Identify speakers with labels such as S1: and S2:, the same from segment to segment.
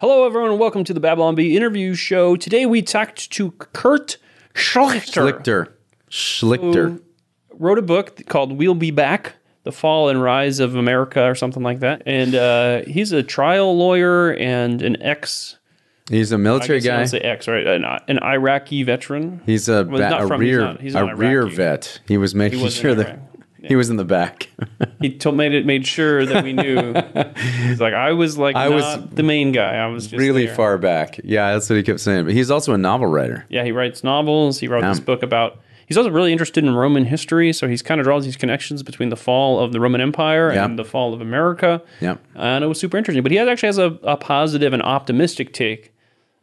S1: Hello, everyone, and welcome to the Babylon Bee interview show. Today we talked to Kurt Schlichter.
S2: Schlichter. Schlichter.
S1: Wrote a book called "We'll Be Back: The Fall and Rise of America" or something like that. And uh, he's a trial lawyer and an ex.
S2: He's a military
S1: I
S2: guy.
S1: don't say ex, right? An, an Iraqi veteran.
S2: He's a, ba-
S1: not
S2: a
S1: from- he's
S2: rear
S1: not- he's
S2: a
S1: not
S2: rear
S1: Iraqi.
S2: vet. He was making
S1: wasn't
S2: sure that
S1: Iraqi.
S2: he was in the back.
S1: he told made it made sure that we knew. he's like, I was like,
S2: I
S1: not
S2: was
S1: the main guy. I was just
S2: really
S1: there.
S2: far back. Yeah, that's what he kept saying. But he's also a novel writer.
S1: Yeah, he writes novels. He wrote this
S2: Yeah.
S1: book about. He's also really interested in Roman history, so he's kind of draws these connections between the fall of the Roman Empire
S2: Yeah.
S1: and the fall of America.
S2: Yeah.
S1: and it was super interesting. But he actually has a, a positive and optimistic take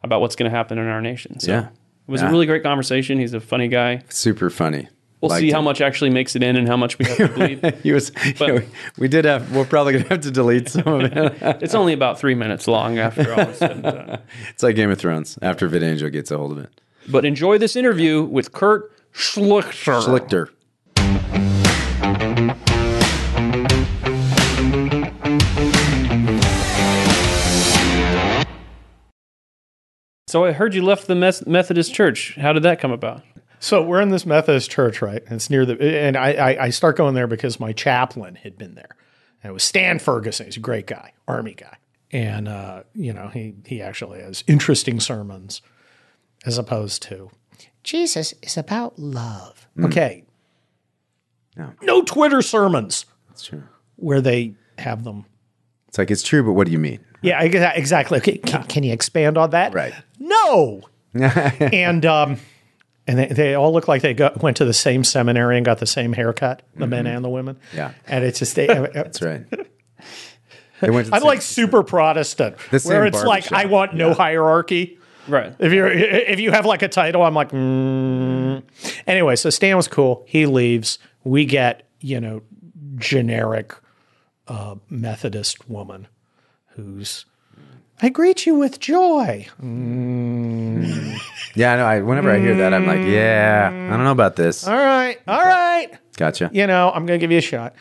S1: about what's going to happen in our nation. So
S2: Yeah.
S1: it was
S2: Yeah.
S1: a really great conversation. He's a funny guy.
S2: Super funny.
S1: We'll
S2: Liked
S1: see
S2: it.
S1: how much actually makes it in and how much we have to bleed.
S2: he was. yeah, we, we did have. We're probably gonna have to delete some of it.
S1: it's only about three minutes long after all is said and done.
S2: it's like Game of Thrones. After Vid Angel gets a hold of it,
S1: But enjoy this interview with Kurt Schlichter.
S2: Schlichter.
S1: So I heard you left the Mes- Methodist Church. How did that come about?
S3: So we're in this Methodist church, right? It's near the, and I, I, I start going there because my chaplain had been there. And it was Stan Ferguson. He's a great guy, army guy. And, uh, you know, he, he actually has interesting sermons as opposed to Jesus is about love. Okay.
S2: Hmm. Yeah.
S3: No Twitter sermons
S2: It's true.
S3: where they have them.
S2: It's like it's true, but what do you mean?
S3: Yeah, I get that- exactly. Okay, can, can you expand on that?
S2: Right.
S3: No. and um, and they, they all look like they got, went to the same seminary and got the same haircut, the men and the women.
S2: Yeah.
S3: And it's just they. That's
S2: That's right. They went to the
S3: I'm
S2: same-
S3: like super Protestant,
S2: The same
S3: where it's like
S2: barbershop.
S3: I want no hierarchy.
S1: Right.
S3: If you are if you have like a title, I'm like. Mm. Anyway, so Stan was cool. He leaves. We get you know generic uh, Methodist woman who's. I greet you with joy.
S2: yeah. No, I, whenever I hear that, I'm like, yeah, I don't know about this.
S3: All right, all right.
S2: Gotcha.
S3: You know, I'm gonna give you a shot.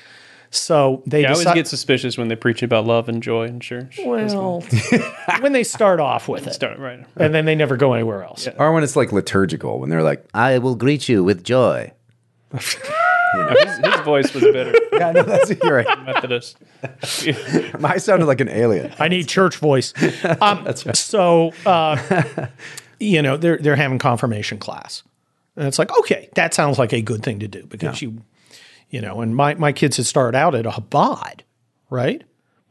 S3: So they
S1: I always
S3: decide-
S1: get suspicious when they preach about love and joy in church.
S3: well when they start off with it,
S1: Start right.
S3: and then they never go anywhere else.
S2: Or when it's like liturgical, when they're like, I will greet you with joy.
S1: His, his voice was better.
S2: Yeah, no, that's you're right.
S1: Methodist.
S2: I sounded like an alien.
S3: I need church voice. Um, So, uh, you know, they're they're having confirmation class, and it's like, okay, that sounds like a good thing to do because you, you know, and my my kids had started out at a Habad, right?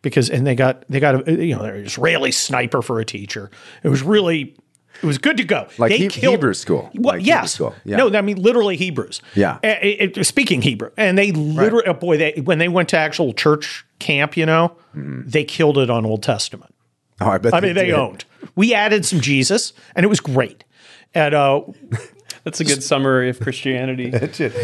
S3: Because and they got they got a you know an Israeli sniper for a teacher. It was really it was good to go.
S2: Like
S3: they
S2: He-
S3: killed-
S2: Hebrew school.
S3: Well,
S2: Like Hebrew
S3: yes.
S2: school. Yeah.
S3: No, I mean literally Hebrews.
S2: Yeah.
S3: A- a- a- speaking Hebrew, and they literally, oh boy, they when they went to actual church camp, you know, they killed it on Old Testament.
S2: Oh, I bet.
S3: I mean, they
S2: Mm. did.
S3: owned. We added some Jesus, and it was great. And uh,
S1: That's a good summary of Christianity.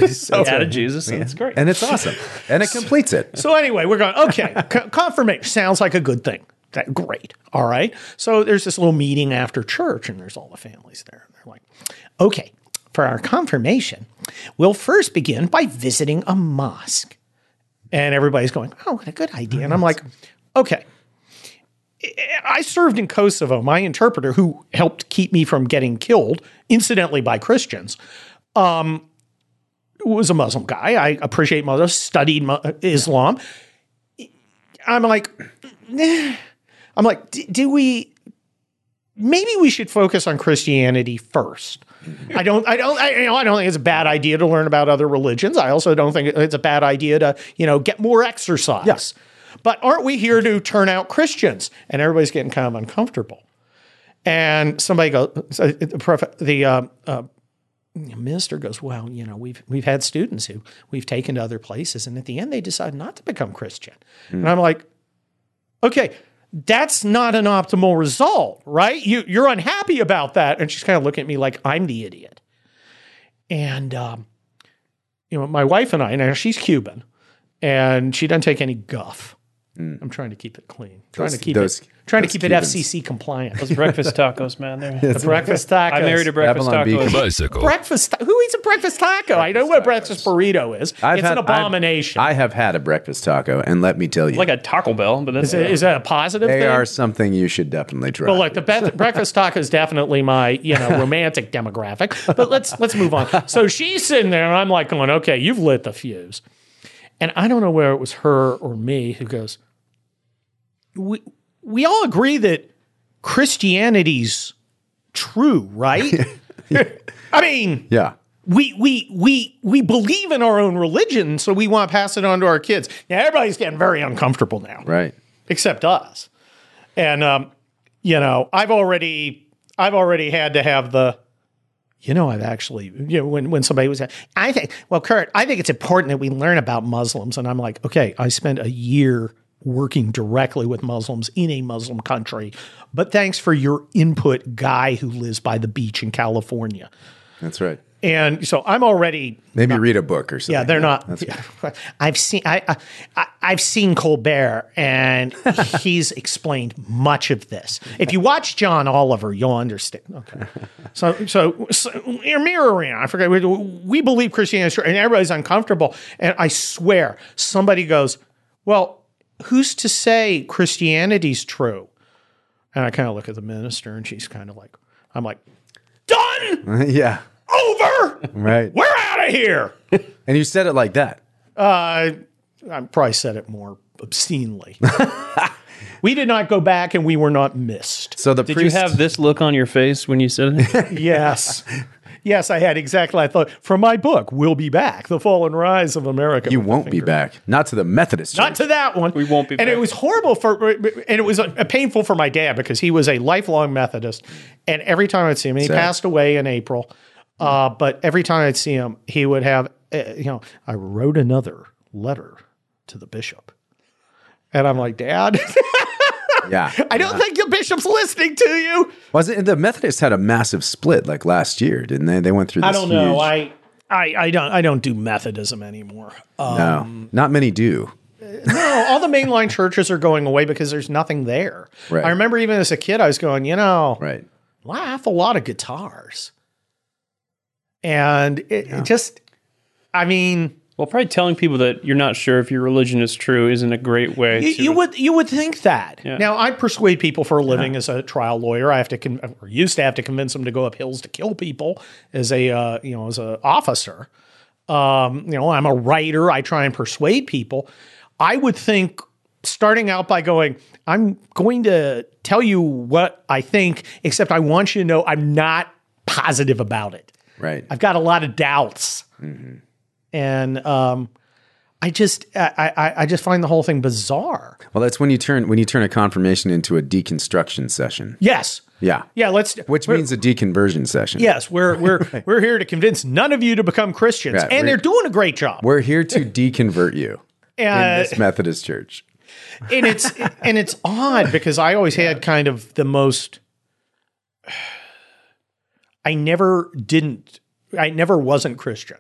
S2: So-
S1: Added Jesus, and it's great.
S2: and it's awesome, and it completes it.
S3: so anyway, we're going. Okay, co- confirmation sounds like a good thing. That great. All right. So there's this little meeting after church, and there's all the families there. And they're like, okay, for our confirmation, we'll first begin by visiting a mosque. And everybody's going, oh, what a good idea. And I'm like, okay. I served in Kosovo. My interpreter, who helped keep me from getting killed, incidentally by Christians, um, was a Muslim guy. I appreciate Muslims, studied Mu- Islam. I'm like, eh. I'm like, "D- do we? Maybe we should focus on Christianity first. I don't, I don't, I, you know, I don't think it's a bad idea to learn about other religions. I also don't think it's a bad idea to, you know, get more exercise.
S2: Yes.
S3: But aren't we here to turn out Christians? And everybody's getting kind of uncomfortable. And somebody goes, so the, prof- the uh, uh, minister goes, well, you know, we've we've had students who we've taken to other places, and at the end they decide not to become Christian. And I'm like, okay, that's not an optimal result, right? You you're unhappy about that. And she's kind of looking at me like I'm the idiot. And um, you know, my wife and I now she's Cuban, and she doesn't take any guff. I'm trying to keep it clean. Trying to
S2: Mm. Those-
S3: keep
S2: those-
S3: it trying to
S2: those
S3: keep
S2: Cubans.
S3: it FCC compliant.
S1: Those breakfast tacos, man. They're,
S3: breakfast tacos.
S1: I married a breakfast
S2: Babylon
S1: taco.
S2: Beacon.
S4: Bicycle.
S3: breakfast. ta- Who eats a breakfast taco? I know what a breakfast burrito is.
S2: I've
S3: it's
S2: had-
S3: an
S2: I've-
S3: abomination.
S2: I have had a breakfast taco, and let me tell you,
S1: like a Taco Bell, but that's
S3: is, it- is that a positive
S2: they
S3: thing?
S2: are something you should definitely try.
S3: Well, look, the be- breakfast taco is definitely my you know romantic demographic. But let's let's move on. So she's sitting there, and I'm like going, "Okay, you've lit the fuse," and I don't know where it was her or me who goes, "We we all agree that Christianity's true, right?" I mean,
S2: yeah,
S3: we we we we believe in our own religion, so we want to pass it on to our kids. Now everybody's getting very uncomfortable now,
S2: right.
S3: except us. And um, you know, I've already I've already had to have the you know, I've actually you know when when somebody was I think well, Kurt, I think it's important that we learn about Muslims and I'm like, okay, I spent a year working directly with Muslims in a Muslim country. But thanks for your input, guy who lives by the beach in California.
S2: That's right.
S3: And so I'm already
S2: Maybe read a book or something.
S3: yeah, they're not. I've seen I, I I've seen Colbert, and he's explained much of this. If you watch John Oliver, you'll understand. Okay, so so, so you're mirroring. I forget. We, we believe Christianity, is true, and everybody's uncomfortable. And I swear, somebody goes, "Well, who's to say Christianity's true?" And I kind of look at the minister, and she's kind of like, "I'm like, done,
S2: yeah,
S3: over,
S2: right.
S3: we're out of here."
S2: And you said it like that.
S3: I, I probably said it more obscenely. we did not go back and we were not missed.
S2: So the
S1: Did you
S2: priest,
S1: have this look on your face when you said it?
S3: Yes. Yes, I had exactly. I thought from my book, "We'll Be Back: The Fall and Rise of America."
S2: you
S3: with a
S2: won't be
S3: finger.
S2: back. Not to the Methodist.
S3: Not
S2: Church.
S3: to that one. We
S1: won't be
S3: And it
S1: back.
S3: was horrible for, and it was uh painful for my dad because he was a lifelong Methodist, and every time I'd see him, and he
S2: Sad.
S3: passed away in April. Uh, but every time I'd see him, he would have, uh, you know, I wrote another letter to the bishop, and I'm like, Dad.
S2: yeah.
S3: I don't think the bishop's listening to you.
S2: Wasn't the Methodists had a massive split like last year, didn't they? They went through. This
S3: I don't know.
S2: huge-
S3: I, I I don't I don't do Methodism anymore. Uh,
S2: no, not many do.
S3: no, all the mainline churches are going away because there's nothing there.
S2: Right.
S3: I remember even as a kid, I was going, you know,
S2: Right.
S3: laugh a lot of guitars, and it, it just, I mean,
S1: well, probably telling people that you're not sure if your religion is true isn't a great way.
S3: you,
S1: to,
S3: you would you would think that. Now I persuade people for a living as a trial lawyer. I have to con- or used to have to convince them to go up hills to kill people as a uh, you know as a officer. Um, you know I'm a writer. I try and persuade people. I would think starting out by going, I'm going to tell you what I think, except I want you to know I'm not positive about it.
S2: Right.
S3: I've got a lot of doubts, and um, I just I, I I just find the whole thing bizarre.
S2: Well, that's when you turn when you turn a confirmation into a deconstruction session.
S3: Yes,
S2: Yeah.
S3: yeah. Let's
S2: Which means a deconversion session.
S3: yes, we're we're we're here to convince none of you to become Christians,
S2: Right,
S3: and
S2: we-
S3: they're doing a great job.
S2: We're here to deconvert you in
S3: Uh,
S2: this Methodist church.
S3: and it's and it's odd because I always had kind of the most. I never didn't. I never wasn't Christian.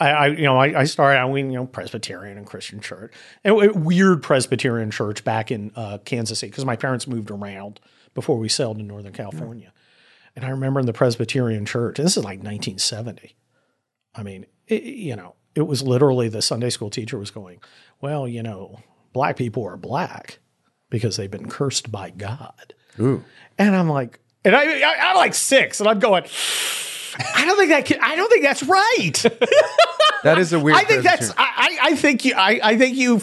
S3: I, I you know I, I started I went you know Presbyterian and Christian church and a weird Presbyterian church back in uh, Kansas City because my parents moved around before we settled in Northern California, and I remember in the Presbyterian church and this is like 1970. I mean, it, you know, it was literally the Sunday school teacher was going, well, you know, black people are black because they've been cursed by God.
S2: Ooh.
S3: And I'm like, and I, I I'm like six, and I'm going. I don't think that can, I don't think that's right.
S2: That is a weird
S3: I think that's
S2: Presbyterian-
S3: I, I I think you I, I think you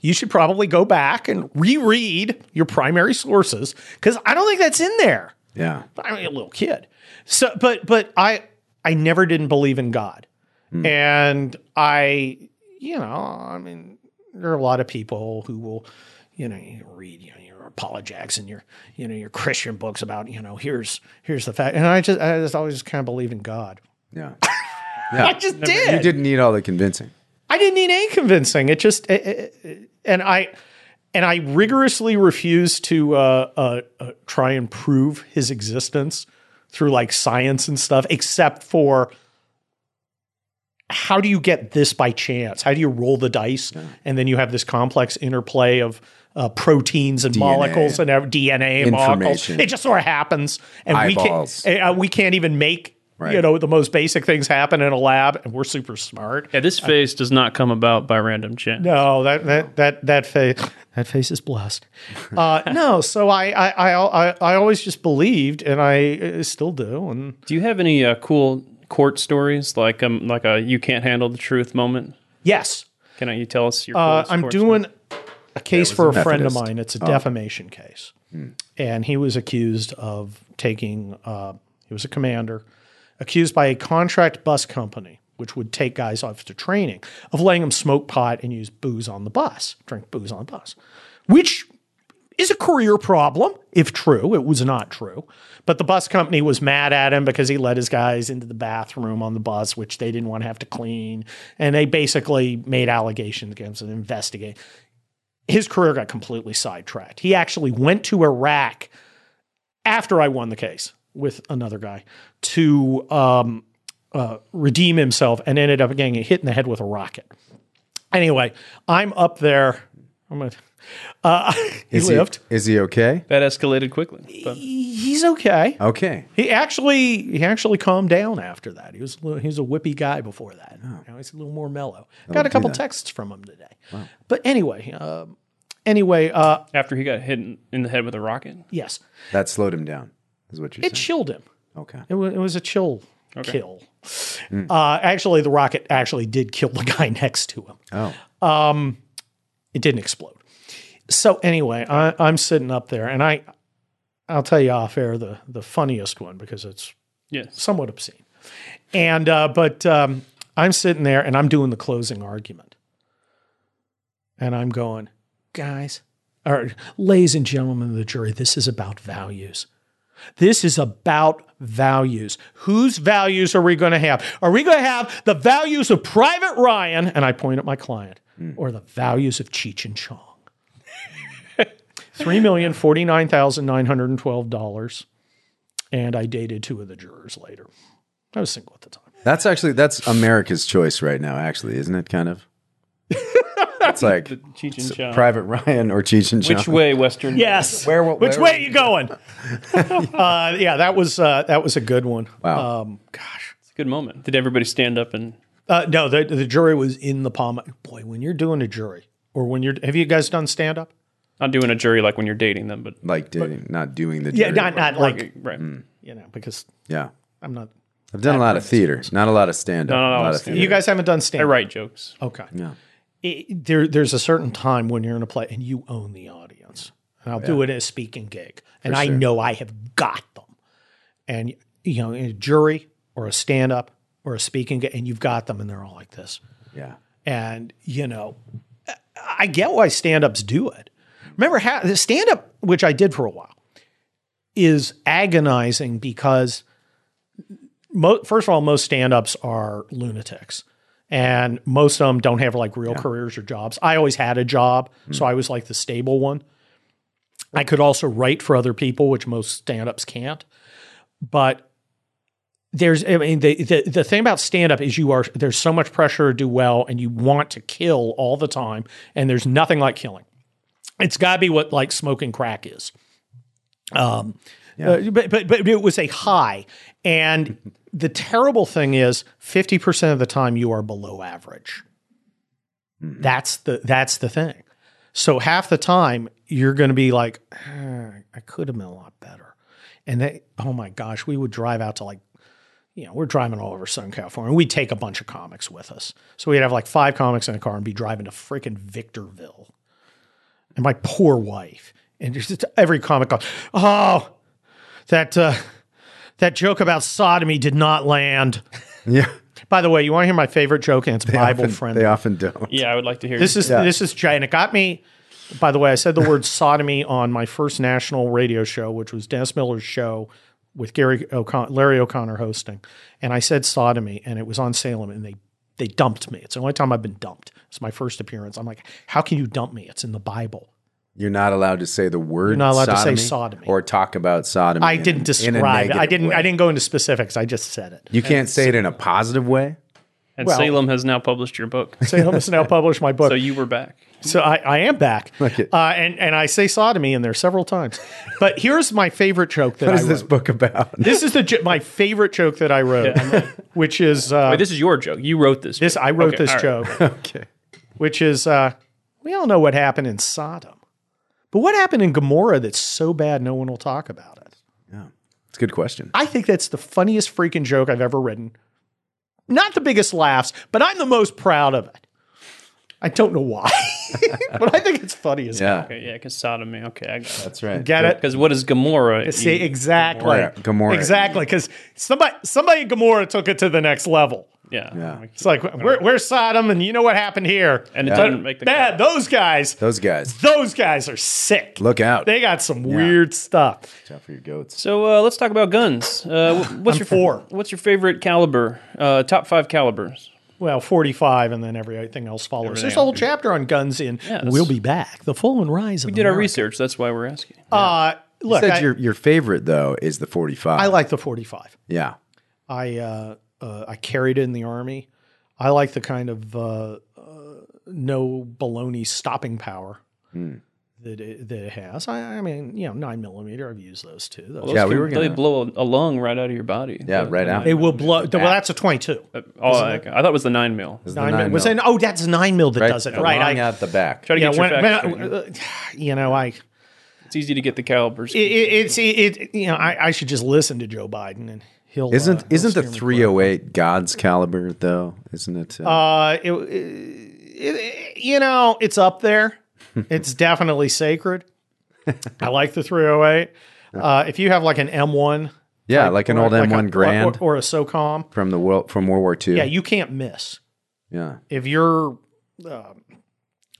S3: you should probably go back and reread your primary sources because I don't think that's in there.
S2: Yeah.
S3: I mean, a little kid. So, but but I I never didn't believe in God, and I you know I mean there are a lot of people who will you know you read you know your apologetics and your you know your Christian books about you know here's here's the fact, and I just I just always kind of believe in God.
S2: Yeah.
S3: I just did.
S2: You didn't need all the convincing.
S3: I didn't need any convincing. It just it- it- it- and I and I rigorously refused to uh, uh, uh, try and prove his existence through like science and stuff, except for how do you get this by chance? How do you roll the dice? And then you have this complex interplay of uh, proteins and molecules and ev- DNA and molecules.
S4: Information.
S3: It just sort of happens, and
S4: Eyeballs.
S3: we can't uh, we can't even make you
S4: Right.
S3: know the most basic things happen in a lab, and we're super smart.
S1: Yeah, this face does not come about by random chance.
S3: No, that that that that face that face is blessed. Uh, no, so I I, I I I always just believed, and I uh, still do, and
S1: Do you have any uh, cool court stories like um like a you can't handle the truth moment?
S3: yes,
S1: Can you tell us your?
S3: Uh,
S1: coolest
S3: I'm
S1: court
S3: doing a case for a friend of
S4: Methodist.
S3: mine. It's a defamation case, and he was accused of taking. Uh, he was a commander, accused by a contract bus company, which would take guys off to training, of letting them smoke pot and use booze on the bus, drink booze on the bus, which is a career problem if true. It was not true, but the bus company was mad at him because he let his guys into the bathroom on the bus, which they didn't want to have to clean, and they basically made allegations against him, investigate. His career got completely sidetracked. He actually went to Iraq after I won the case with another guy to um, uh, redeem himself, and ended up getting hit in the head with a rocket. Anyway, I'm up there. I'm a, uh, he
S2: Is
S3: lived
S2: He, is he
S1: story?
S2: okay?
S1: that escalated quickly. But
S3: he's okay.
S2: Okay.
S3: He actually he actually calmed down after that. He was a little, he was a whippy guy before that. Now he's a little more mellow. Got a couple texts from him today. But anyway, um, anyway, uh,
S1: after he got hit in, in the head with a rocket,
S3: yes,
S2: That slowed him down, is what you're
S3: it chilled him.
S2: saying. Okay.
S3: It was, it was a chill kill. Uh, actually, the rocket actually did kill the guy next to him. Um,
S2: Oh.
S3: It didn't explode. So anyway, I, I'm sitting up there, and I, I'll tell you off air the the funniest one because it's
S1: yes,
S3: somewhat obscene. And uh, but um, I'm sitting there and I'm doing the closing argument, and I'm going, guys, or ladies and gentlemen of the jury, this is about values. This is about values. Whose values are we going to have? Are we going to have the values of Private Ryan? And I point at my client, or the values of Cheech and Chong. Three million forty nine thousand nine hundred and twelve dollars and I dated two of the jurors later. I was single at the time.
S2: That's actually that's America's choice right now, actually, isn't it? Kind of. It's like
S1: Cheech and Chong.
S2: Private Ryan or Cheech and Chong.
S1: Which way, Western?
S3: Yes.
S2: Where- where-
S3: Which way are you going? uh, yeah, that was uh, that was a good one.
S2: Wow.
S3: Um, gosh.
S1: It's a good moment. Did everybody stand up and?
S3: Uh, no, the, the jury was in the palm. Boy, when you're doing a jury, or when you're have you guys done stand up?
S1: Not doing a jury like when you're dating them, but
S2: like doing, not doing the
S3: Yeah,
S2: jury
S3: not
S2: work.
S3: not like
S1: right.
S3: you know because
S2: yeah.
S3: I'm not.
S2: I've done a lot of theater, not a lot of stand up.
S1: No, no, no,
S2: a lot of
S1: stand-up.
S2: theater.
S3: You guys haven't done
S1: I
S3: stand up,
S1: write jokes.
S3: Okay.
S2: Yeah.
S3: It, there there's a certain time when you're in a play and you own the audience. And I'll do it in a speaking gig, and I know I have got them. And you know, in a jury or a stand up or a speaking gig, and you've got them, and they're all like this.
S2: Yeah.
S3: And you know, I- I get why stand ups do it. Remember how the stand up, which I did for a while, is agonizing because mo- first of all, most stand-ups are lunatics. And most of them don't have like real careers or jobs. I always had a job, so I was like the stable one. I could also write for other people, which most stand-ups can't. But there's I mean the the, the thing about stand-up is you are there's so much pressure to do well and you want to kill all the time, and there's nothing like killing. It's gotta be what like smoking crack is. Uh, but, but but it was a high, and the terrible thing is, fifty percent of the time you are below average. That's the that's the thing. So half the time you're going to be like, "Ah, I could have been a lot better, and that oh my gosh, we would drive out to like. You know, we're driving all over Southern California. We'd take a bunch of comics with us. So we'd have like five comics in a car and be driving to freaking Victorville. And my poor wife, and just every comic goes, Oh, that uh, that joke about sodomy did not land.
S2: Yeah.
S3: By the way, you want to hear my favorite joke, and it's Bible
S2: often,
S3: friendly.
S2: They often don't.
S1: Yeah, I would like to hear.
S3: This is this is giant. It got me. By the way, I said the word sodomy on my first national radio show, which was Dennis Miller's show with Gary O'Con- Larry O'Connor hosting, and I said sodomy, and it was on Salem, and they they dumped me. It's the only time I've been dumped. It's my first appearance. I'm like, how can you dump me? It's in the Bible.
S2: You're not allowed to say the word. You're
S3: not allowed to say sodomy.
S2: or talk about sodomy.
S3: I
S2: in-
S3: didn't
S2: in a
S3: describe. it. I
S2: negative
S3: didn't.
S2: way.
S3: I didn't go into specifics. I just said it.
S2: You can't say it in a positive way.
S1: And
S3: Well-
S1: Salem has now published your book.
S3: Salem has now published my book.
S1: So you were back.
S3: So I, I am back.
S2: Okay.
S3: Uh, and, and I say sodomy in there several times. But here's my favorite joke that
S2: What
S3: I
S2: is
S3: wrote.
S2: this
S3: This?
S2: book about?
S3: is the jo- my favorite joke that I wrote, which is uh,
S1: Wait, this is your joke. You wrote this.
S3: this. I wrote
S1: Okay,
S3: this
S1: all right.
S3: joke,
S2: okay.
S3: which is uh, we all know what happened in Sodom, but what happened in Gomorrah that's so bad no one will talk about it.
S2: It's a good question.
S3: I think that's the funniest freaking joke I've ever written. Not the biggest laughs, but I'm the most proud of it. I don't know why, but I think it's funny as
S2: Yeah.
S1: Okay, yeah, because sodomy. Okay, I got it.
S2: That's right.
S3: Get it?
S1: Because what is Gomorrah?
S3: See,
S1: You-
S3: exactly.
S2: Gomorrah. Gomorrah.
S3: Exactly. Because somebody, somebody in Gomorrah took it to the next level.
S1: yeah. Oh
S2: Yeah.
S3: It's like, we're, we're Sodom, and you know what happened here.
S1: And it
S2: Yeah.
S1: didn't make the cut.
S3: Man, those guys,
S2: Those guys.
S3: those guys are sick.
S2: Look out.
S3: They got some weird stuff.
S2: Watch out for your goats.
S1: So uh, let's talk about guns. Uh, wh- what's your
S3: four.
S1: What's your favorite caliber? Uh, top five calibers.
S3: Well, 45, and then everything else follows.
S1: Everything
S3: There's a whole chapter on guns in
S1: that's-
S3: We'll Be Back, The Fall and Rise of
S1: We did our research. That's why we're asking.
S3: Uh, look,
S2: said
S3: I,
S2: your your favorite though is the 45.
S3: I like the 45.
S2: yeah.
S3: I uh, uh, I carried it in the army. I like the kind of uh, uh, no baloney stopping power
S1: Hmm.
S3: that it, that it has. I, I mean, you know, nine millimeter. I've used those too. Those-
S2: Yeah, we
S1: Those
S2: were
S1: can- They
S2: gonna-
S1: blow a, a lung right out of your body.
S2: Yeah,
S1: That-
S2: right
S1: that
S2: out.
S1: might-
S3: It will blow. Well, that's a twenty-two.
S1: Oh, I, I thought it was the nine mil.
S2: It's the
S3: Nine,
S2: Uh, nine
S3: mil. Was
S2: mil.
S3: that, oh, that's nine mil that does it. Right.
S2: Lying
S3: I,
S2: out the back.
S1: Try to
S3: yeah.
S1: get your
S3: When, when
S1: facts
S3: I-
S1: straight.
S3: uh, you know, I
S1: It's easy to get the calibers.
S3: it, it, it's it, it- You know, I, I should just listen to Joe Biden and he'll
S2: Isn't
S3: uh, he'll
S2: isn't the
S3: steer me
S2: 308 God's caliber though? Isn't it? Uh,
S3: Uh, it, it- you know, it's up there. It's definitely sacred. I like the 308. Uh, if you have like an M1,
S2: yeah, like, an old
S3: like
S2: M1
S3: a-
S2: Grand
S3: or, or a SOCOM,
S2: from the world from World War II.
S3: yeah, you can't miss.
S2: yeah,
S3: If you're, um,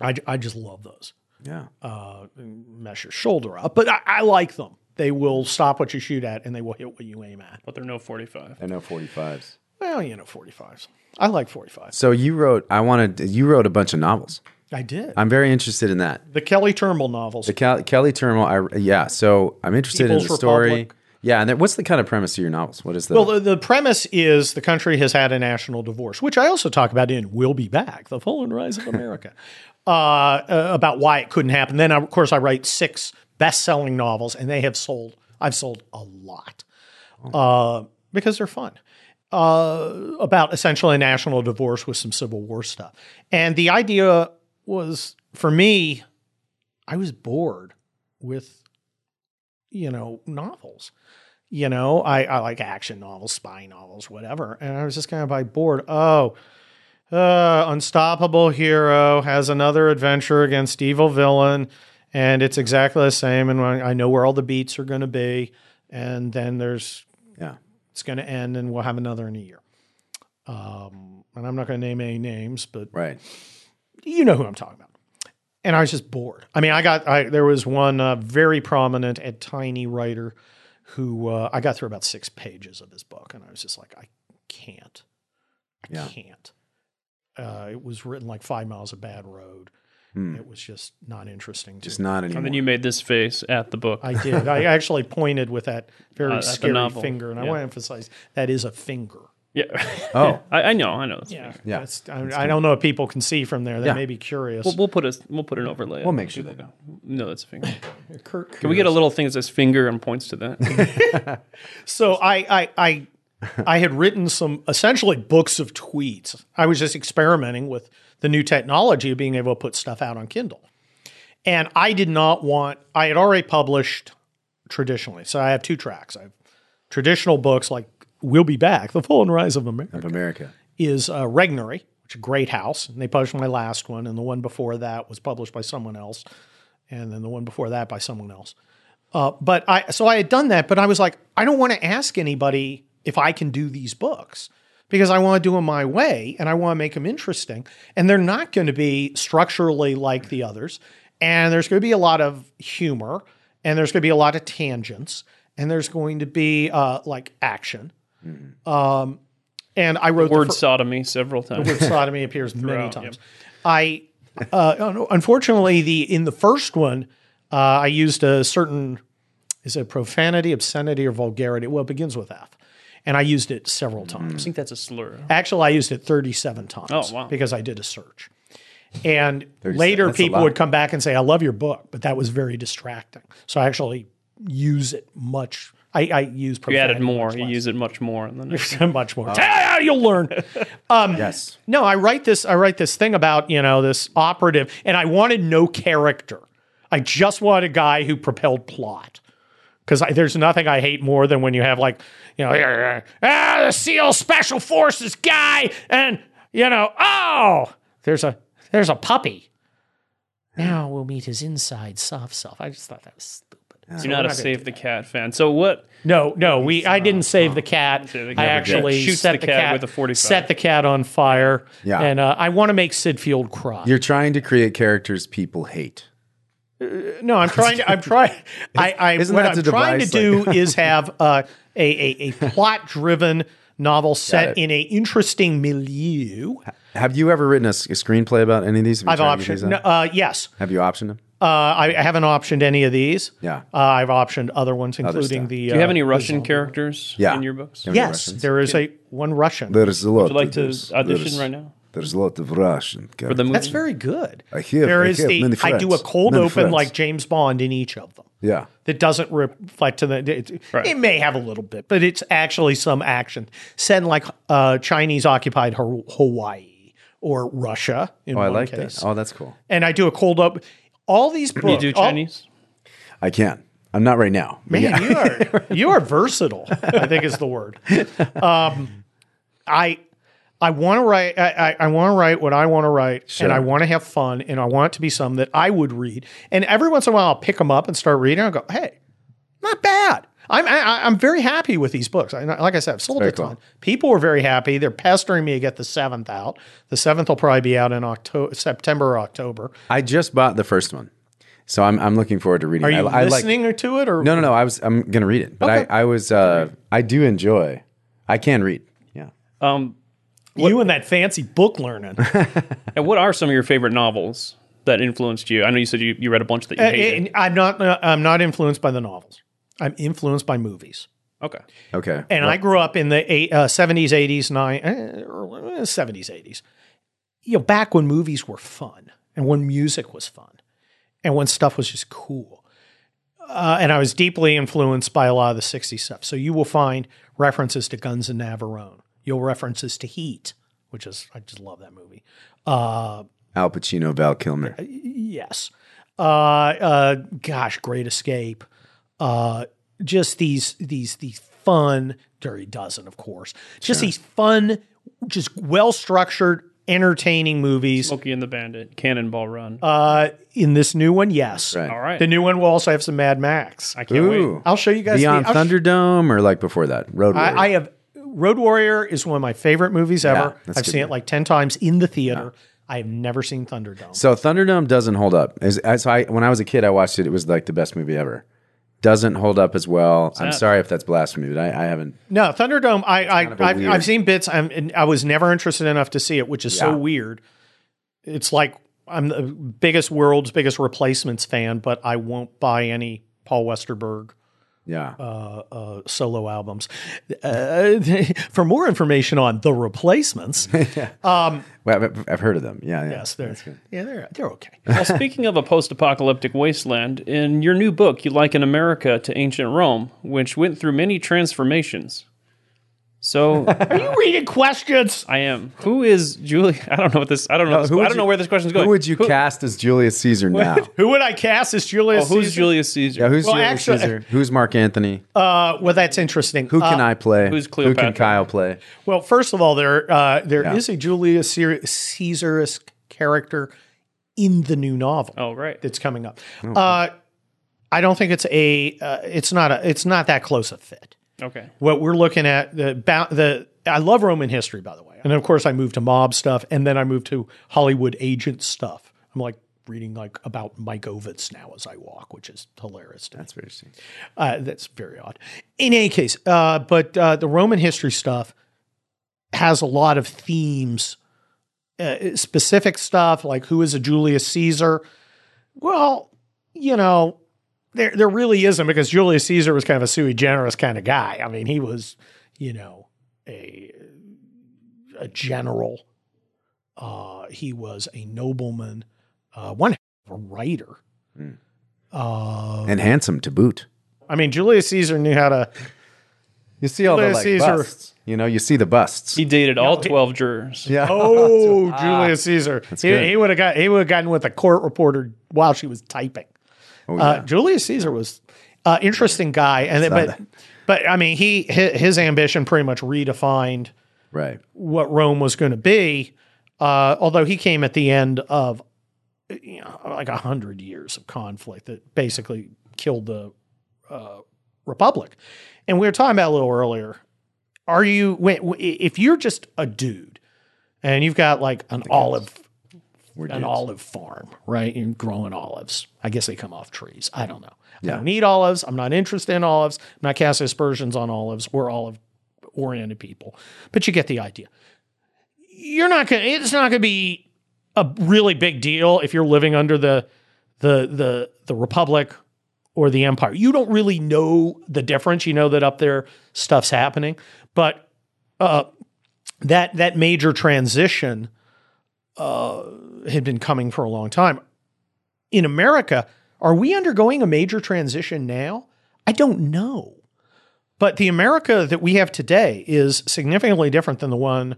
S3: I, ju- I just love those.
S2: yeah.
S3: Uh, mess your shoulder up, but I, I like them. They will stop what you shoot at, and they will hit what you aim at.
S1: but they're no forty-five.
S2: I know 45s.
S3: Well, you know, 45s. I like 45s.
S2: So you wrote. I wanted. You wrote a bunch of novels.
S3: I did
S2: I'm very interested in that.
S3: the Kelly Turnbull novels.
S2: The Kel- Kelly Turnbull. I, yeah. So I'm interested in
S3: People's
S2: the story.
S3: Republic.
S2: Yeah. And then, what's the kind of premise of your novels? What is the?
S3: Well, the, the premise is the country has had a national divorce, which I also talk about in "We'll Be Back: The Fall and Rise of America," uh, uh, about why it couldn't happen. Then, of course, I write six best-selling novels, and they have sold. I've sold a lot uh, because they're fun uh, about essentially a national divorce with some Civil War stuff. And the idea was for me, I was bored with you know novels you know I, I like action novels spy novels whatever and i was just kind of like bored oh uh, unstoppable hero has another adventure against evil villain and it's exactly the same and i I know where all the beats are going to be and then there's
S2: yeah.
S3: it's going to end and we'll have another in a year um, and i'm not going to name any names but
S2: Right.
S3: you know who I'm talking about. And I was just bored. I mean, I got I, there was one uh, very prominent and tiny writer who uh, I got through about six pages of his book, and I was just like, I can't, I
S2: Yeah.
S3: can't. Uh, it was written like five miles of bad road.
S2: Hmm.
S3: It was just not interesting. To
S2: Just
S3: me.
S2: not anymore.
S1: And then you made this face at the book.
S3: I did. I actually pointed with that very
S1: Uh, at the
S3: scary
S1: novel.
S3: finger, and I
S1: Yeah.
S3: want to emphasize that is a finger.
S1: yeah.
S2: Oh.
S1: I, I know. I know.
S3: Yeah,
S2: Yeah.
S3: That's, I, I don't know if people can see from there. They
S2: Yeah.
S3: may be curious.
S1: We'll, we'll put a we'll put an overlay.
S2: We'll make sure they know.
S1: No, that's a finger.
S3: Kurt-
S1: Can we get a little thing that says finger and points to that?
S3: So I I I, I had written some essentially books of tweets. I was just experimenting with the new technology of being able to put stuff out on Kindle. And I did not want I had already published traditionally. So I have two tracks. I have traditional books like We'll Be Back, The Fall and Rise of America
S2: Of America.
S3: is uh, Regnery, which is a great house, and they published my last one, and the one before that was published by someone else, and then the one before that by someone else. Uh, but I so I had done that, but I was like, I don't want to ask anybody if I can do these books because I want to do them my way and I want to make them interesting, and they're not going to be structurally like the others, and there's going to be a lot of humor, and there's going to be a lot of tangents, and there's going to be uh, like action. Um, and I wrote the
S1: Word
S3: fir-
S1: sodomy several times.
S3: word sodomy appears many times. I uh, unfortunately the in the first one uh, I used a certain is it profanity, obscenity, or vulgarity? Well, it begins with F, and I used it several times.
S1: I think that's a slur.
S3: Actually, I used it 37 times
S1: Hmm. Oh, wow.
S3: because I did a search. And
S2: 37,
S3: later
S2: that's a
S3: people
S2: lot.
S3: would come back and say, I love your book, but that was very distracting. So I actually use it much. I, I use
S1: You added more.
S3: much
S1: You use it much more Oh. than the next.
S3: less. much more. Ah, you'll learn.
S2: yes.
S3: No, I write this. I write this thing about you know this operative, and I wanted no character. I just wanted a guy who propelled plot. Because there's nothing I hate more than when you have like you know ah the SEAL Special Forces guy, and you know oh there's a there's a puppy. Now we'll meet his inside soft self. I just thought that was stupid.
S1: You're not a save the cat fan. So what?
S3: No, no, we. I didn't save the cat.
S1: Save the
S3: I
S1: cat.
S3: actually
S1: Shoots
S3: set
S1: the
S3: the
S1: cat
S3: cat,
S1: with a 45.
S3: Set the cat on fire.
S2: Yeah.
S3: and uh, I want to make Sid Field cry.
S2: You're trying to create characters people hate.
S3: no, I'm trying to. I'm trying. I. I
S2: Isn't
S3: what
S2: that
S3: I'm
S2: the
S3: trying to
S2: device,
S3: do is have uh, a a, a plot driven novel set
S2: it.
S3: in a interesting milieu.
S2: Have you ever written a, s- a screenplay about any of these? Have you
S3: I've
S2: tried to get
S3: optioned.
S2: these out?
S3: No, uh, yes,
S2: Have you optioned them?
S3: uh, I, I haven't optioned any of these.
S2: Yeah.
S3: uh, I've optioned other ones, including
S2: stuff.
S3: the. uh,
S1: Do you have any Russian characters
S2: Yeah.
S1: in your books?
S2: Yeah.
S1: Would
S3: Yes, there is a one Russian.
S2: There's a lot.
S1: you like to audition right now
S2: There's a lot of Russian
S1: for the movie?
S3: That's very good.
S2: I hear-
S3: there
S2: I
S3: is
S2: hear many
S3: the. I do a
S2: friends,
S3: cold
S2: many
S3: open
S2: friends.
S3: like James Bond in each of them.
S2: Yeah.
S3: That doesn't reflect to the. It,
S1: Right.
S3: it may have a little bit, but it's actually some action. Send like uh, Chinese occupied Ho- Hawaii or Russia. In
S2: Oh,
S3: one
S2: I like
S3: case.
S2: that. Oh, that's cool.
S3: And I do a cold up. All these books.
S1: you do Chinese.
S2: I can. I'm not right now.
S3: Man, you are you are versatile. I think is the word. Um, I I want to write. I, I, I want to write what I want to write, and I want to have fun, and I want it to be something that I would read. And every once in a while, I'll pick them up and start reading. I'll go, hey, not bad. I'm I, I'm very happy with these books. I, like I said, I've sold a
S2: cool.
S3: ton. People were very happy. They're pestering me to get the seventh out. The seventh will probably be out in October, September or October.
S2: I just bought the first one, so I'm I'm looking forward to reading.
S3: Are
S2: it.
S3: you
S2: I, I like-
S3: listening to it or
S2: no, no, no. I was. I'm gonna read it, but
S3: Okay.
S2: I I was. Uh, I do enjoy. I can read. Yeah.
S1: Um,
S3: You and that fancy book learning.
S1: and what are some of your favorite novels that influenced you? I know you said you, you read a bunch that you
S3: Uh,
S1: hated.
S3: and I'm not. uh, I'm not influenced by the novels. I'm influenced by movies.
S1: okay.
S2: Okay.
S3: And I grew up in the eight, uh, 70s, 80s, nine, eh, or, uh, 70s, 80s. You know, back when movies were fun and when music was fun and when stuff was just cool. Uh, and I was deeply influenced by a lot of the 60s stuff. So you will find references to Guns and Navarone. You'll references to Heat, which is, I just love that movie. Uh,
S2: Al Pacino, Val Kilmer.
S3: Yes. Uh, uh, gosh, Great Escape. Uh, just these these these fun Dirty Dozen, of course. Just these fun, just well structured, entertaining movies.
S1: Smokey and the Bandit, Cannonball Run.
S3: Uh, in this new one, yes.
S2: Right.
S1: All right.
S3: The new one will also have some Mad Max.
S1: I can't
S2: Ooh.
S1: wait.
S3: I'll show you guys.
S2: Beyond
S3: the, I'll sh-
S2: Thunderdome or like before that? Road Warrior.
S3: I, I have Road Warrior is one of my favorite movies ever.
S2: that's
S3: I've
S2: good.
S3: seen it like ten times in the theater. I have never seen Thunderdome.
S2: So Thunderdome doesn't hold up. As, as I, when I was a kid, I watched it. It was like the best movie ever. Doesn't hold up as well. I'm sorry if that's blasphemy, but I, I haven't.
S3: No, Thunderdome. I, I
S2: a
S3: I've,
S2: weird-
S3: I've seen bits. I'm and I was never interested enough to see it, which is
S2: Yeah.
S3: so weird. It's like I'm the biggest world's biggest replacements fan, but I won't buy any Paul Westerberg
S2: Yeah.
S3: uh, solo albums. Uh, for more information on the replacements,
S2: well, I've, I've heard of them. Yeah. yeah.
S3: yes, they're yeah they're they're okay.
S1: Well, speaking of a post-apocalyptic wasteland, in your new book, you liken America to ancient Rome, which went through many transformations. So
S3: Are you reading questions?
S1: I am. Who is Julie? I don't know what this. I don't know. this-
S2: who would
S1: I don't
S2: you-
S1: know where this question's going.
S2: Who would you cast as Julius Caesar now?
S3: Who would I cast as Julius?
S1: Oh, who's
S3: Caesar?
S1: Julius Caesar?
S2: Yeah, who's
S3: Well,
S2: Julius
S3: actually-
S2: Caesar? Who's Mark Anthony?
S3: Uh, well, that's interesting.
S2: Who can I play?
S1: who's
S2: Who
S1: Cleopatra?
S2: can Kyle play?
S3: Well, first of all, there uh, there is
S2: Yeah.
S3: a Julius Caesar- Caesarist character in the new novel
S1: oh, right.
S3: that's coming up. Uh, I don't think it's a uh, it's not a it's not that close a fit.
S1: Okay.
S3: What we're looking at the ba- the I love Roman history by the way, and of course I moved to mob stuff, and then I moved to Hollywood agent stuff. I'm like reading like about Mike Ovitz now as I walk, which is hilarious. To me.
S2: That's very interesting.
S3: Uh, that's very odd. In any case, uh, but uh, the Roman history stuff has a lot of themes, uh, specific stuff like who is a Julius Caesar. Well, you know, there there really isn't because Julius Caesar was kind of a sui generis kind of guy. I mean, he was you know, a a general. Uh, he was a nobleman, uh, one heck of a writer. Uh,
S2: and handsome to boot.
S3: I mean, Julius Caesar knew how to.
S2: You see all the
S3: Julius
S2: like
S3: Caesar.
S2: busts. You know, you see the busts.
S1: He dated all twelve jurors.
S2: yeah.
S3: Oh, Julius Caesar!
S2: ah, good.
S3: He, he would have got he would have gotten with a court reporter while she was typing.
S2: Oh,
S3: Uh, Julius Caesar was uh, interesting guy, and then- but but I mean he hi- his ambition pretty much redefined
S2: Right.
S3: what Rome was going to be. Uh, although he came at the end of you know, like a hundred years of conflict that basically killed the uh, republic, and we were talking about a little earlier. Are you when, w- if you're just a dude and you've got like an olive
S2: We're
S3: an
S2: dudes.
S3: olive farm, right? You're growing olives. I guess they come off trees. I don't know. I don't eat olives. I'm not interested in olives. I'm not casting aspersions on olives. We're olive oriented people. But you get the idea. You're not gonna it's not gonna be a really big deal if you're living under the the the the Republic or the Empire. You don't really know the difference. You know that up there stuff's happening. But uh that that major transition had been coming for a long time. In America, are we undergoing a major transition now? I don't know. But the America that we have today is significantly different than the one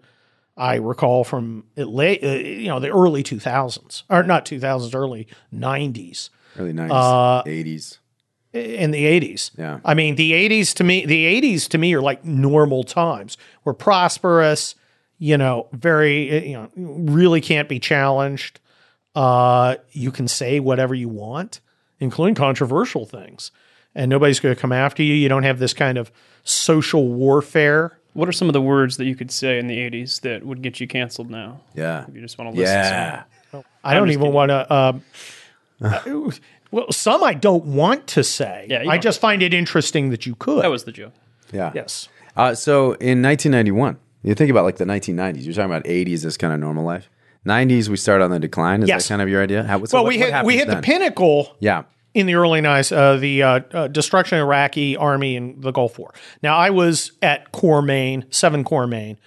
S3: I recall from it late, uh, you know, the early 2000s, or not 2000s, early 90s
S2: Early 90s,
S3: uh,
S2: 80s.
S3: in uh, the 80s.
S2: Yeah.
S3: I mean, the 80s to me, the 80s to me are like normal times. We're prosperous, you know, very, eh, you know, really can't be challenged. Uh, you can say whatever you want, including controversial things, and nobody's going to come after you. You don't have this kind of social warfare.
S1: What are some of the words that you could say in the '80s that would get you canceled now?
S2: Yeah.
S1: If you just want to listen.
S2: Yeah.
S3: I don't even want to. Um, uh, well, some I don't want to say.
S1: Yeah, you
S3: I
S1: don't-
S3: just find it interesting that you could.
S1: that was the joke.
S2: Yeah.
S3: yes.
S2: Uh, so in 1991, you think about like the 1990s. You're talking about 80s as kind of normal life. 90s, we start on the decline. Is
S3: Yes.
S2: that kind of your idea? How, so
S3: Well,
S2: what-
S3: we
S2: what
S3: hit
S2: happens
S3: we hit the
S2: then?
S3: pinnacle.
S2: Yeah.
S3: in the early 90s, uh, the uh, uh, destruction of Iraqi army and the Gulf War. Now, I was at Corps Maine, 7 Corps Maine,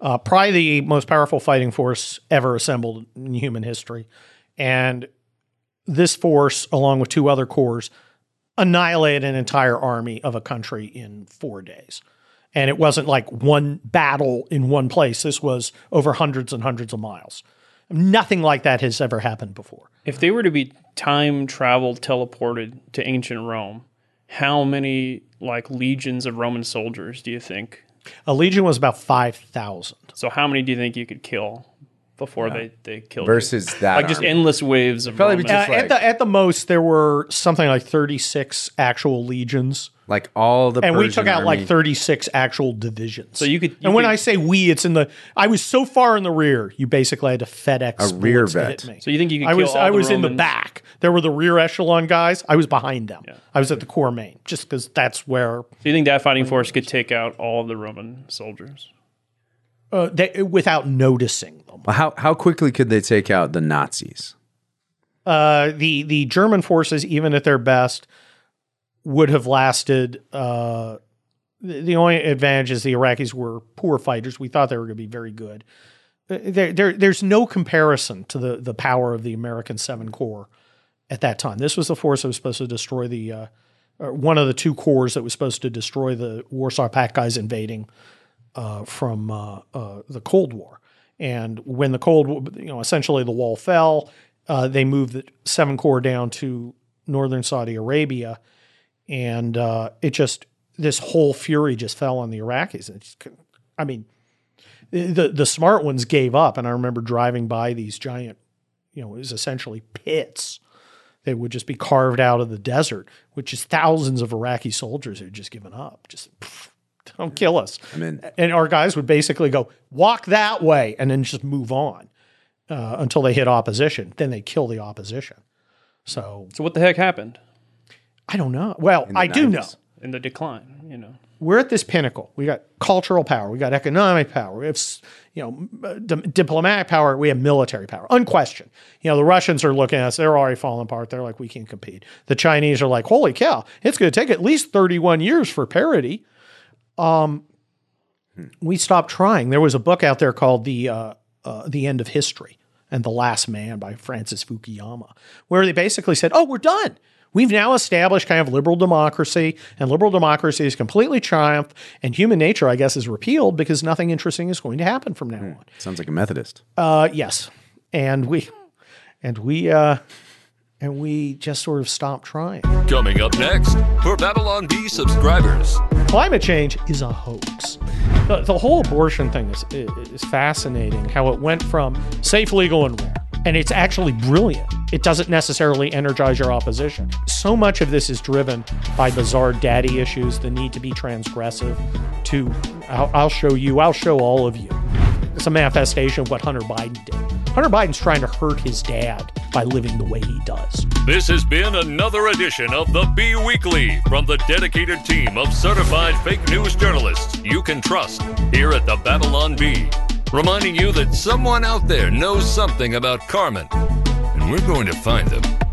S3: uh, probably the most powerful fighting force ever assembled in human history. And this force, along with two other corps, annihilated an entire army of a country in four days. And it wasn't like one battle in one place. This was over hundreds and hundreds of miles. Nothing like that has ever happened before.
S1: If they were to be time traveled, teleported to ancient Rome, how many like legions of Roman soldiers do you think?
S3: A legion was about 5,000.
S1: So how many do you think you could kill before they they killed you?
S2: Versus that. um,
S1: like just
S2: army.
S1: endless waves of
S2: Probably
S1: Romans.
S2: be just-
S3: Uh, at
S2: like-
S3: the at the most, there were something like thirty six actual legions,
S2: like all the.
S3: and we
S2: Persian
S3: took out
S2: army.
S3: like thirty six actual divisions. So
S1: you could- you
S3: and when
S1: could-
S3: I say we, it's in the. I was so far in the rear, you basically had to FedEx
S2: A rear
S3: bullets to
S2: vet.
S3: hit me.
S1: so you think you could
S3: I
S1: kill
S3: was
S1: all
S3: I was
S1: the
S3: in the
S1: Romans?
S3: back. There were the rear echelon guys. I was behind them. I was at the core main, just because that's where
S1: Do you think that fighting force could take out all of the Roman soldiers?
S3: uh, they, without noticing them.
S2: Well, How, how quickly could they take out the Nazis?
S3: uh, the the German forces, even at their best, would have lasted. Uh, the the only advantage is the Iraqis were poor fighters. We thought they were going to be very good. Uh, There, there, there's no comparison to the the power of the American Seven Corps at that time. This was the force that was supposed to destroy the uh, or one of the two corps that was supposed to destroy the Warsaw Pact guys invading uh, from uh, uh, the Cold War. And when the Cold, War- you know, essentially the wall fell, uh, they moved the Seven Corps down to northern Saudi Arabia, and uh, it just this whole fury just fell on the Iraqis. And it's, I mean, the the smart ones gave up, and I remember driving by these giant, you know, it was essentially pits. They would just be carved out of the desert, which is thousands of Iraqi soldiers who'd just given up. Just "Pff, don't kill us
S2: I mean,
S3: and our guys would basically go walk that way and then just move on uh, until they hit opposition. Then they kill the opposition. So
S1: So what the heck happened
S3: I don't know. Well, I do know
S2: 90s.
S1: in the decline? You know,
S3: we're at this pinnacle. We got cultural power. We got economic power. We have, s- you know, m- di- diplomatic power. We have military power, unquestioned. You know, the Russians are looking at us. They're already falling apart. They're like, we can't compete. The Chinese are like, holy cow, it's going to take at least 31 years for parity. Um, we stopped trying. There was a book out there called the uh, uh, the End of History and the Last Man by Francis Fukuyama, where they basically said, "Oh, we're done." We've now established kind of liberal democracy, and liberal democracy is completely triumphed, and human nature, I guess, is repealed because nothing interesting is going to happen from now on.
S2: Sounds like a Methodist.
S3: Uh, yes, and we, and we, uh, and we just sort of stopped trying.
S4: Coming up next, for Babylon B subscribers.
S3: Climate change is a hoax. The, the whole abortion thing is, is fascinating. How it went from safe, legal, and rare, and it's actually brilliant. It doesn't necessarily energize your opposition. So much of this is driven by bizarre daddy issues, the need to be transgressive. To, I'll, I'll show you. I'll show all of you. It's a manifestation of what Hunter Biden did. Hunter Biden's trying to hurt his dad by living the way he does.
S4: This has been another edition of the B Weekly from the dedicated team of certified fake news journalists you can trust here at the Babylon Bee, reminding you that someone out there knows something about Carmen, and we're going to find them.